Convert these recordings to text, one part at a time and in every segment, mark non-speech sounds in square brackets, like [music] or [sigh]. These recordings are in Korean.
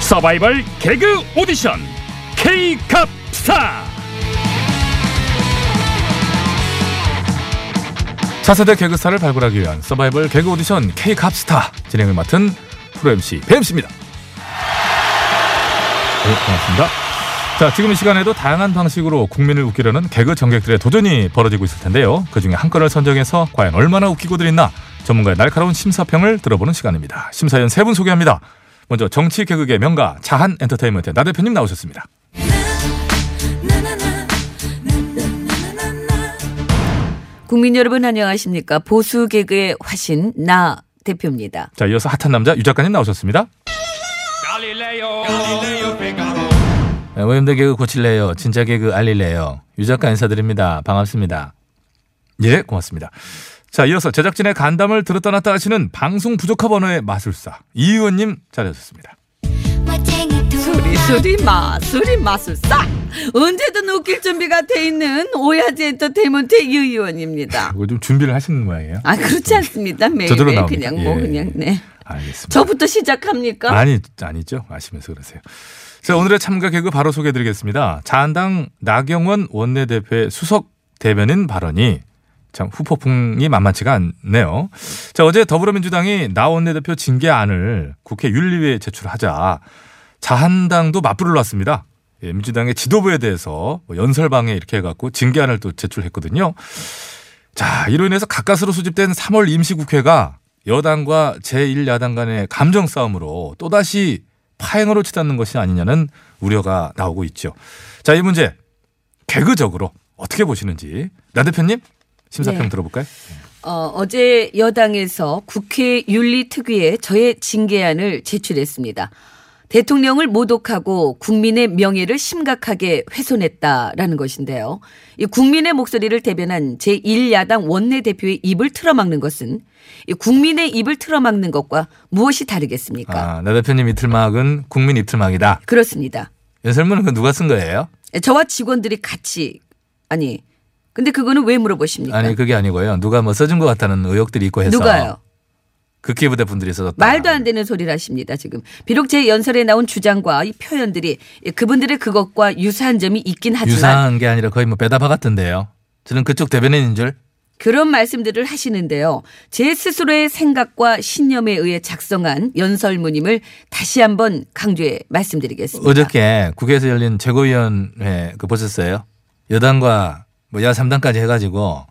서바이벌 개그 오디션 K캅스타 차세대 개그스타를 발굴하기 위한 서바이벌 개그 오디션 K갑스타 진행을 맡은 프로 MC 뱀씨입니다. 네, 반갑습니다. 자, 지금 이 시간에도 다양한 방식으로 국민을 웃기려는 개그 전객들의 도전이 벌어지고 있을 텐데요. 그 중에 한 건을 선정해서 과연 얼마나 웃기고들 있나 전문가의 날카로운 심사평을 들어보는 시간입니다. 심사위원 세 분 소개합니다. 먼저 정치 개그계 명가 자한 엔터테인먼트의 나 대표님 나오셨습니다. 국민 여러분 안녕하십니까 보수 개그의 화신 나 대표입니다. 자, 이어서 핫한 남자 유 작가님 나오셨습니다. 모임대 네, 개그 고칠래요. 진짜 개그 알릴래요. 유 작가 인사드립니다. 반갑습니다. 예, 고맙습니다. 자, 이어서 제작진의 간담을 들었다 놨다 하시는 방송 부족합 언어의 마술사 이 의원님 잘해주셨습니다. 수리 수리 마 수리 마술사 언제든 웃길 준비가 돼 있는 오야지 엔터테인먼트 유 의원입니다. 이거 좀 준비를 하시는 모양이에요. 아 그렇지 않습니다 저절로 매일매일 나옵니다. 그냥 뭐 예, 그냥 예. 네 알겠습니다. 저부터 시작합니까? 아니 아니죠 아시면서 그러세요. 자 오늘의 참가 개그 바로 소개해드리겠습니다. 자한당 나경원 원내대표의 수석 대변인 발언이 참 후폭풍이 만만치가 않네요. 자 어제 더불어민주당이 나 원내대표 징계안을 국회 윤리위에 제출하자 자한당도 맞불을 놨습니다. 예, 민주당의 지도부에 대해서 뭐 연설방에 이렇게 해갖고 징계안을 또 제출했거든요. 자, 이로 인해서 가까스로 수집된 3월 임시국회가 여당과 제1야당 간의 감정 싸움으로 또다시 파행으로 치닫는 것이 아니냐는 우려가 나오고 있죠. 자, 이 문제 개그적으로 어떻게 보시는지 나 대표님 심사평 네. 들어볼까요? 어, 어제 여당에서 국회 윤리특위에 저의 징계안을 제출했습니다. 대통령을 모독하고 국민의 명예를 심각하게 훼손했다라는 것인데요. 이 국민의 목소리를 대변한 제1야당 원내대표의 입을 틀어막는 것은 이 국민의 입을 틀어막는 것과 무엇이 다르겠습니까? 아, 나 대표님 이틀막은 국민 이틀막이다. 그렇습니다. 연설문은 그 누가 쓴 거예요? 저와 직원들이 같이 아니 근데 그거는 왜 물어보십니까? 아니 그게 아니고요. 누가 뭐 써준 것 같다는 의혹들이 있고 해서 그 누가요? 극기부대 분들이 써줬다. 말도 안 되는 소리를 하십니다, 지금. 비록 제 연설에 나온 주장과 이 표현들이 그분들의 그것과 유사한 점이 있긴 하지만 유사한 게 아니라 거의 뭐 배다바 같은데요. 저는 그쪽 대변인인 줄. 그런 말씀들을 하시는데요. 제 스스로의 생각과 신념에 의해 작성한 연설문임을 다시 한번 강조해 말씀드리겠습니다. 어저께 국회에서 열린 최고위원회 그 보셨어요? 여당과 뭐야 3당까지 해가지고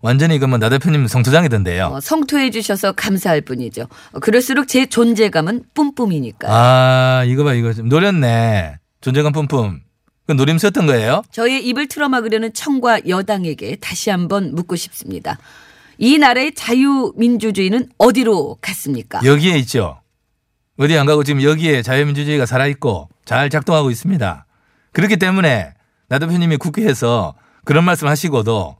완전히 이것만 나 대표님 성토장이던데요. 어, 성토해 주셔서 감사할 뿐이죠. 어, 그럴수록 제 존재감은 뿜뿜이니까. 요 아 이거 봐 이거 좀 노렸네. 존재감 뿜뿜. 그 노림 썼던 거예요? 저의 입을 틀어막으려는 청과 여당에게 다시 한번 묻고 싶습니다. 이 나라의 자유민주주의는 어디로 갔습니까? 여기에 있죠. 어디 안 가고 지금 여기에 자유민주주의가 살아있고 잘 작동하고 있습니다. 그렇기 때문에 나 대표님이 국회에서 그런 말씀 하시고도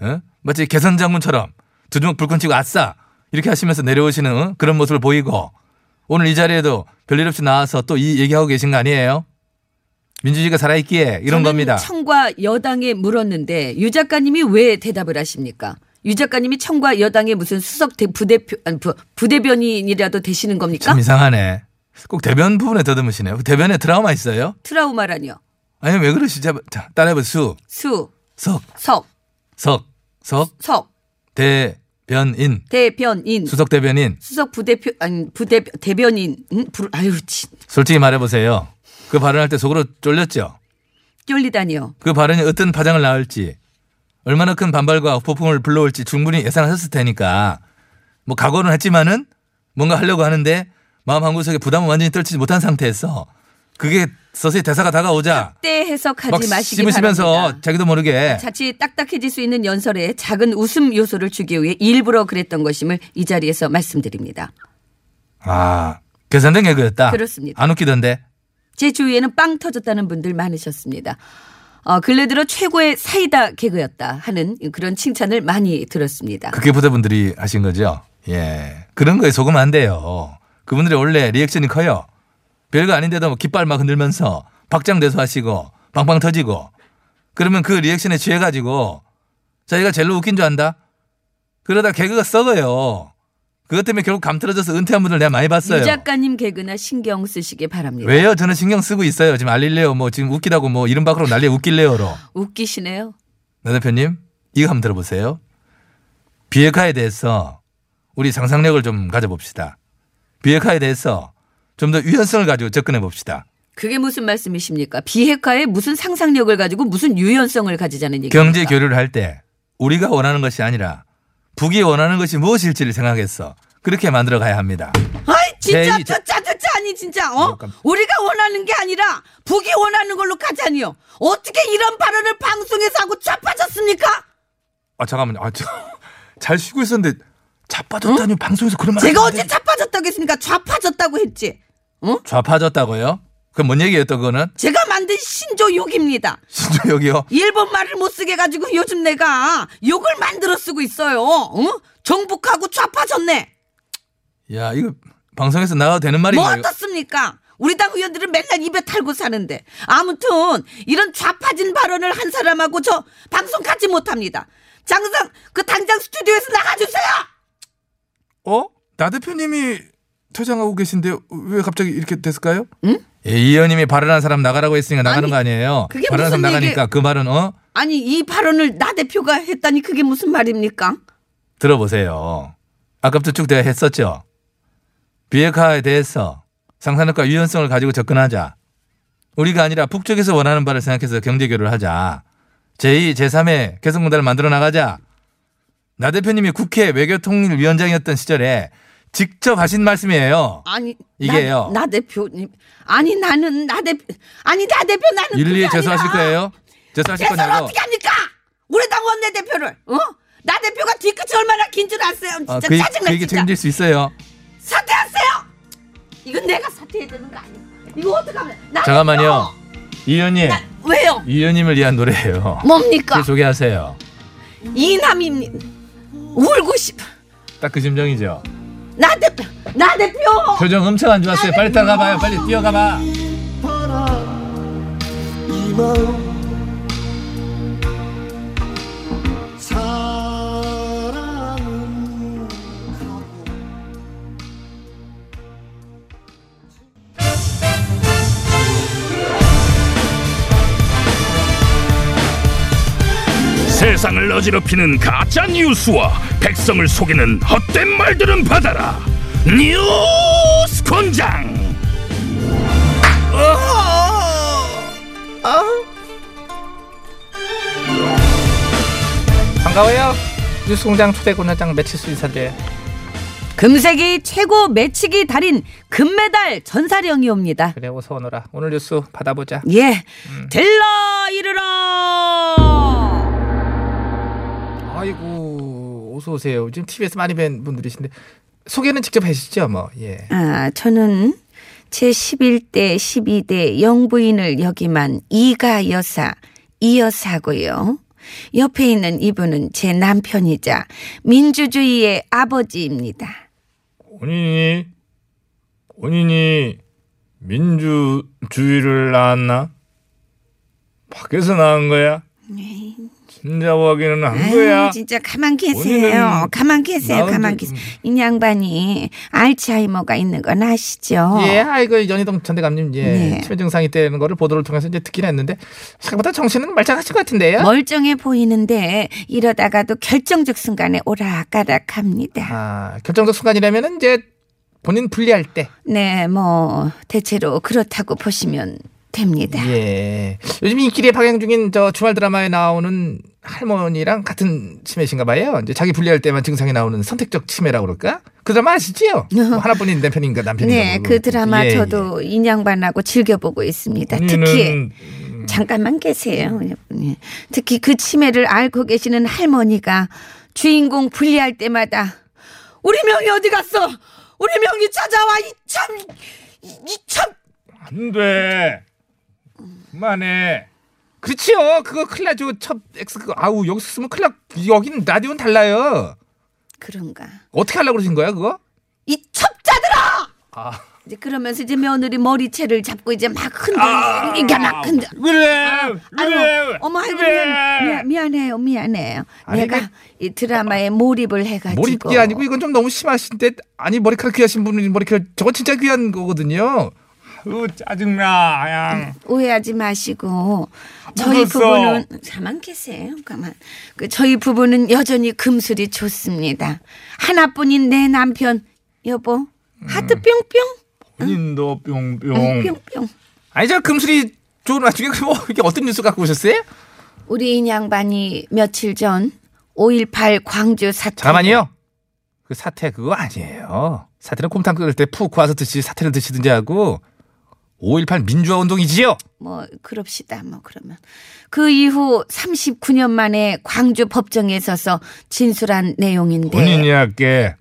어? 마치 개선 장군처럼 두 주먹 불끈 치고 아싸 이렇게 하시면서 내려오시는 어? 그런 모습을 보이고 오늘 이 자리에도 별일 없이 나와서 또 이 얘기하고 계신 거 아니에요? 민주주의가 살아있기에 이런 저는 겁니다. 청과 여당에 물었는데 유 작가님이 왜 대답을 하십니까? 유 작가님이 청과 여당의 무슨 수석 대, 부대표 아니, 부, 부대변인이라도 되시는 겁니까? 참 이상하네. 꼭 대변 부분에 더듬으시네요. 대변에 트라우마 있어요? 트라우마라뇨. 아니 왜 그러시죠? 자, 따라해봐 수, 수, 석, 석, 석, 석, 석, 대변인 대변인, 수석 대변인 수석 부대표 아니 부대 대변인. 응? 부, 아유 진 솔직히 말해보세요. 그 발언할 때 속으로 쫄렸죠. 쫄리다니요. 그 발언이 어떤 파장을 낳을지 얼마나 큰 반발과 폭풍을 불러올지 충분히 예상하셨을 테니까 뭐 각오는 했지만은 뭔가 하려고 하는데 마음 한 구석에 부담을 완전히 떨치지 못한 상태에서 그게 서서히 대사가 다가오자 때 막 해석하지 마시기 바랍니다. 씹으시면서 자기도 모르게 자칫 딱딱해질 수 있는 연설에 작은 웃음 요소를 주기 위해 일부러 그랬던 것임을 이 자리에서 말씀드립니다. 아 계산된 개그였다. 그렇습니다. 안 웃기던데 제 주위에는 빵 터졌다는 분들 많으셨습니다. 어, 근래 들어 최고의 사이다 개그였다 하는 그런 칭찬을 많이 들었습니다. 그게 보다분들이 하신 거죠. 예. 그런 거에 속으면 안 돼요. 그분들이 원래 리액션이 커요. 별거 아닌데도 뭐 깃발 막 흔들면서 박장대소하시고 빵빵 터지고 그러면 그 리액션에 취해가지고 자기가 젤로 웃긴 줄 안다? 그러다 개그가 썩어요. 그것 때문에 결국 감틀어져서 은퇴한 분들 내가 많이 봤어요. 유 작가님 개그나 신경 쓰시기 바랍니다. 왜요? 저는 신경 쓰고 있어요. 지금 알릴레오 뭐 지금 웃기다고 뭐 이름 밖으로 난리 웃길래요로. 웃기시네요. 나 대표님 이거 한번 들어보세요. 비핵화에 대해서 우리 상상력을 좀 가져봅시다. 비핵화에 대해서 좀 더 유연성을 가지고 접근해 봅시다. 그게 무슨 말씀이십니까? 비핵화에 무슨 상상력을 가지고 무슨 유연성을 가지자는 얘기입니까? 경제 교류를 할 때 우리가 원하는 것이 아니라 북이 원하는 것이 무엇일지를 생각해서 그렇게 만들어 가야 합니다. 아이 진짜 제이- 저짜 저짜 아니 진짜 어 잠깐. 우리가 원하는 게 아니라 북이 원하는 걸로 가자니요 어떻게 이런 발언을 방송에서 하고 자빠졌습니까? 아 잠깐만요. [laughs] 아잘 쉬고 있었는데 자빠졌다니 방송에서 그런 말. 제가 언제 자빠졌다고 했습니까? 좌파졌다고 했지. 어? 좌파졌다고요? 그럼 뭔 얘기예요? 또 그거는 [laughs] 제가 만든 신조 욕입니다. 진짜 여기요. 일본 말을 못 쓰게 가지고 요즘 내가 욕을 만들어 쓰고 있어요. 어? 정북하고 좌파졌네. 야 이거 방송에서 나가도 되는 말이에요. 뭐 어떻습니까? 우리 당 의원들은 맨날 입에 탈고 사는데 아무튼 이런 좌파진 발언을 한 사람하고 저 방송 같이 못합니다. 장상 그 당장 스튜디오에서 나가주세요. 어? 나 대표님이 퇴장하고 계신데 왜 갑자기 이렇게 됐을까요? 응? 예, 이 의원님이 발언한 사람 나가라고 했으니까 나가는 아니, 거 아니에요. 그게 발언한 사람 무슨 얘기- 나가니까 그 말은 어 아니 이 발언을 나 대표가 했다니 그게 무슨 말입니까? 들어보세요. 아까부터 쭉 내가 했었죠. 비핵화에 대해서 상상력과 유연성을 가지고 접근하자. 우리가 아니라 북쪽에서 원하는 바를 생각해서 경제 교류를 하자. 제2, 제3의 개성공단을 만들어 나가자. 나 대표님이 국회 외교통일위원장이었던 시절에 직접 하신 말씀이에요. 아니 나- 이게요. 나, 대표님 아니 나는 나 대표 아니 나 대표 나는 윤리에 그게 아니라 제소하실 거예요? 제소하실 제소를 거냐고? 어떻게 합니까? 우리 당 원내 대표를 어? 나 대표가 뒤끝이 얼마나 긴 줄 아세요? 진짜 아, 그, 얘기- 짜증나 그 얘기 진짜. 책임질 수 있어요. 사퇴하세요! 이건 내가 사퇴해야 되는 거 아니야? 이거 어떡하면 나 잠깐만요. 이 의원님, 나, 왜요? 이 의원님을 위한 노래예요. 뭡니까? 그 소개하세요. 이남입니다. 울고 싶어. 딱 그 심정이죠. 나 대표, 나 대표. 표정 엄청 안 좋았어요. 빨리 따라가봐요. 빨리 뭐. 뛰어가봐. 이 마음 사랑은 가고 세상을 어지럽히는 가짜 뉴스와 백성을 속이는 헛된 말들은 받아라. 뉴스 권장. 반가워요. 뉴스공장 초대 권한장 매치수 이사들. 금세기 최고 매치기 달인 금메달 전사령이옵니다. 그래 어서 오너라. 오늘 뉴스 받아보자. 예, 음. 들러 이르러. 아이고 어서 오세요. 지금 TV에서 많이 뵌 분들이신데 소개는 직접 하시죠 뭐. 예. 아, 저는 제 11대 12대 영부인을 역임한 이가 여사, 이 여사고요. 옆에 있는 이분은 제 남편이자 민주주의의 아버지입니다. 본인이 본인이 민주주의를 낳았나? 밖에서 낳은 거야? 진짜 확인은 한 아유, 진짜 가만 계세요. 본인은 가만 계세요. 나은데, 가만 계세요. 이 양반이 알츠하이머가 있는 건 아시죠? 예, 아이고 연희동 전대감님 예, 어. 네. 치매 증상이 때는 거를 보도를 통해서 이제 듣긴 했는데 생각보다 정신은 말짱하실 것 같은데요. 멀쩡해 보이는데 이러다가도 결정적 순간에 오락가락합니다. 아 결정적 순간이라면은 이제 본인 분리할 때. 네, 뭐 대체로 그렇다고 보시면 됩니다. 예. 요즘 인기리에 방영 중인 저 주말 드라마에 나오는 할머니랑 같은 치매신가 봐요. 이제 자기 분리할 때만 증상이 나오는 선택적 치매라고 그럴까? 그 드라마 아시지요? [laughs] 뭐 하나뿐인 내 편인가 남편인가. 네, 모르고. 그 드라마 예, 예. 저도 인양반하고 즐겨보고 있습니다. 네, 특히 음. 본인은 잠깐만 계세요. 예. 특히 그 치매를 앓고 계시는 할머니가 주인공 분리할 때마다 우리 명이 어디 갔어? 우리 명이 찾아와 이참 이참 안 돼. 그만해. 그렇지요. 그거 큰일 나죠. 첫 X 그거 아우 여기서 쓰면 큰일 나. 여긴 라디오는 달라요. 그런가? 어떻게 하려고 그러신 거야 그거? 이 첩자들아! 아. 이제 그러면서 이제 며느리 머리채를 잡고 이제 막 흔들, 아. 이게 막 흔들. 아, 그래 아유, 어머, 아이고, 미안, 미안, 해요 미안해요. 아니, 내가 그- 이 드라마에 몰입을 해가지고. 몰입이 아니고 이건 좀 너무 심하신데 아니 머리카락 귀하신 분은 머리카락 저거 진짜 귀한 거거든요. 으그 짜증나 아양 오해하지 마시고 저희 모르겠어. 부부는 가만 계세요. 가만. 그 저희 부부는 여전히 금술이 좋습니다. 하나뿐인 내 남편 여보 하트 음. 뿅뿅 본인도 응, 뿅뿅 뿅뿅. 아니 저 금술이 좋은 와중에 뭐 이게 어떤 뉴스 갖고 오셨어요? 우리 인양반이 며칠 전 5.18 광주 사태 잠깐만요. 그 사태 그거 아니에요. 사태는 곰탕 끓일 때 푹 구워서 드시 사태를 드시든지 하고 5.18 민주화 운동이지요. 뭐 그럽시다 뭐 그러면 그 이후 39년 만에 광주 법정에 서서 진술한 내용인데 본인이 할게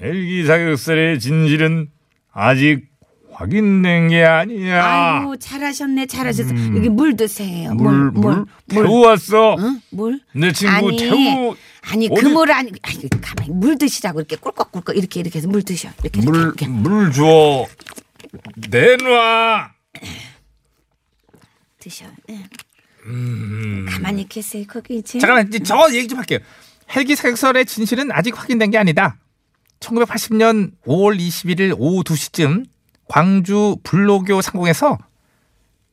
헬기 사격설의 진실은 아직 확인된 게 아니야 아유 잘하셨네 잘하셨어 여기 물 드세요 음. 물, 어, 물, 물, 물, 물. 태우 왔어. 응? 물? 내 친구 아니, 태우 아니 어디- 그물 아니 아니 가만히 물 드시라고 이렇게 꿀꺽꿀꺽 이렇게 이렇게 해서 물 드셔 이렇게 이렇게, 물, 이렇게. 물 줘. 내놔. 드셔 예. 음. 가만히 계세요 거기 이제 잠깐만 이제 저 얘기 좀 할게요. 헬기 사격설의 진실은 아직 확인된 게 아니다. 1980년 5월 21일 오후 2시쯤 광주 불로교 상공에서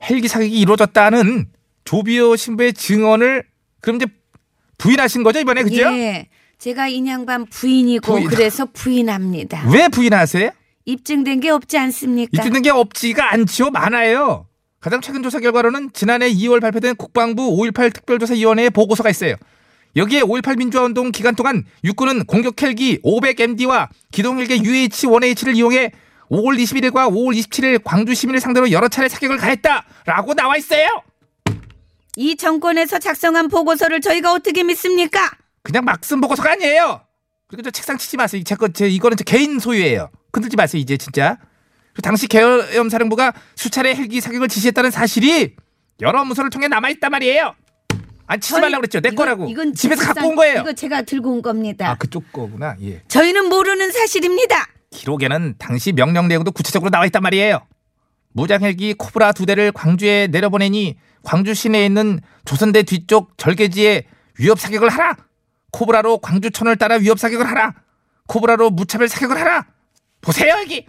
헬기 사격이 이루어졌다는 조비오 신부의 증언을 그럼 이제 부인하신 거죠 이번에 그죠? 예 제가 인양반 부인이고 부인. 그래서 부인합니다 왜 부인하세요? 입증된 게 없지 않습니까 입증된 게 없지가 않지요 많아요. 가장 최근 조사 결과로는 지난해 2월 발표된 국방부 5.18 특별조사위원회의 보고서가 있어요. 여기에 5.18 민주화운동 기간 동안 육군은 공격 헬기 500MD와 기동헬기 UH-1H를 이용해 5월 21일과 5월 27일 광주 시민을 상대로 여러 차례 사격을 가했다라고 나와 있어요. 이 정권에서 작성한 보고서를 저희가 어떻게 믿습니까 그냥 막 쓴 보고서가 아니에요. 그리고 저 책상 치지 마세요. 제거 제 이거는 제 개인 소유예요. 흔들지 마세요 이제 진짜. 그리고 당시 계엄사령부가 수차례 헬기 사격을 지시했다는 사실이 여러 문서를 통해 남아 있단 말이에요. 안 치지 말라 고 그랬죠. 내 이건- 거라고. 이건 집에서 진짜 갖고 온 거예요. 이거 제가 들고 온 겁니다 아 그쪽 거구나. 예. 저희는 모르는 사실입니다 기록에는 당시 명령 내용도 구체적으로 나와 있단 말이에요. 무장헬기 코브라 두 대를 광주에 내려보내니 광주 시내에 있는 조선대 뒤쪽 절개지에 위협 사격을 하라. 코브라로 광주천을 따라 위협 사격을 하라. 코브라로 무차별 사격을 하라. 보세요 여기.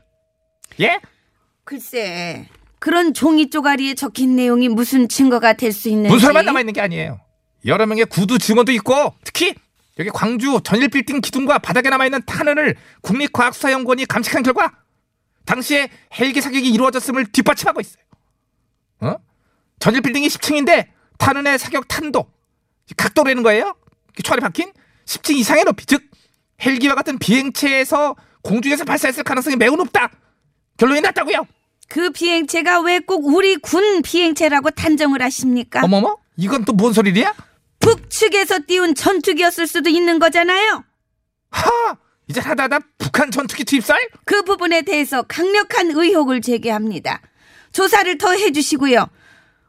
예? 글쎄 그런 종이 쪼가리에 적힌 내용이 무슨 증거가 될 수 있는지 문서만 남아 있는 게 아니에요. 여러 명의 구두 증언도 있고 특히 여기 광주 전일 빌딩 기둥과 바닥에 남아 있는 탄원을 국립과학수사연구원이 감식한 결과 당시에 헬기 사격이 이루어졌음을 뒷받침하고 있어요. 어? 전일 빌딩이 10층인데 탄원의 사격 탄도 각도라는 거예요. 이렇게 초알이 박힌 10층 이상의 높이 즉 헬기와 같은 비행체에서 공중에서 발사했을 가능성이 매우 높다. 결론이 났다고요. 그 비행체가 왜 꼭 우리 군 비행체라고 탄정을 하십니까? 어머머? 이건 또 뭔 소리야? 북측에서 띄운 전투기였을 수도 있는 거잖아요. 하! 이제 하다하다 북한 전투기 투입설? 그 부분에 대해서 강력한 의혹을 제기합니다. 조사를 더 해주시고요.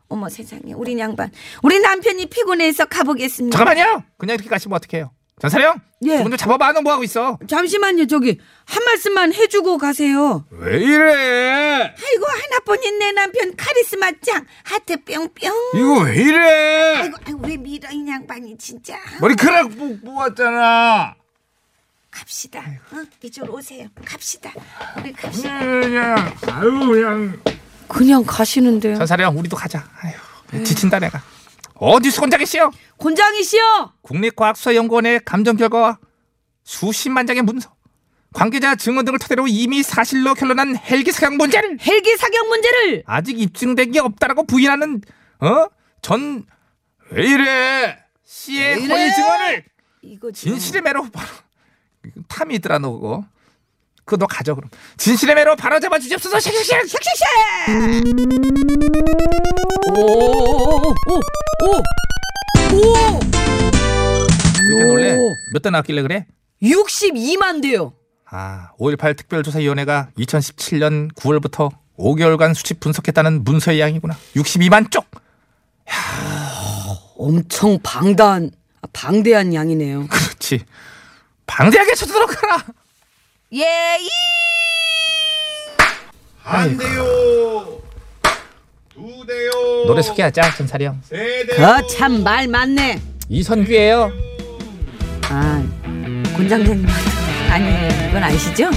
어머 세상에 우리 양반, 우리 남편이 피곤해서 가보겠습니다. 잠깐만요. 그냥 이렇게 가시면 어떡해요? 전사령. 예. 두분좀 잡아봐. 너 뭐하고 있어? 잠시만요 저기 한 말씀만 해주고 가세요. 왜 이래? 아이고 하나뿐인 내 남편 카리스마 짱 하트 뿅뿅. 이거 왜 이래? 아이고, 아이고 왜 밀어 이 양반이 진짜. 머리카락 뽑- 뽑았잖아. 갑시다. 어? 이쪽으로 오세요. 갑시다. 우리 갑시다. 예, 그냥, 아유, 그냥. 그냥 가시는데요. 전사령 우리도 가자. 아휴 지친다 내가. 어디서 혼자겠어요? 곤장이시여! 국립과학수사연구원의 감정 결과와 수십만 장의 문서, 관계자 증언 등을 토대로 이미 사실로 결론난 헬기 사격 문제를 헬기 사격 문제를! 아직 입증된 게 없다라고 부인하는 어전 왜 이래? 씨의 허위 증언을 이거 지금 진실의 매로 바로 [laughs] 탐이 있더라 너 그거 그거 너 가져 그럼 진실의 매로 바로 잡아 주십시오 샥샥샥 이렇게 놀래 몇 대 나왔길래 그래 62만 대요. 아, 5.18 특별조사위원회가 2017년 9월부터 5개월간 수치 분석했다는 문서의 양이구나. 62만 쪽. 엄청 방단, 방대한 양이네요. 그렇지. 방대하게 쳐도록 하라. 예이! 아이고. 한대요 두대요 노래 소개하자 전사리 형. 그 거참 말 많네. 이선규예요. 아, 곤장님 아니 이건 아시죠?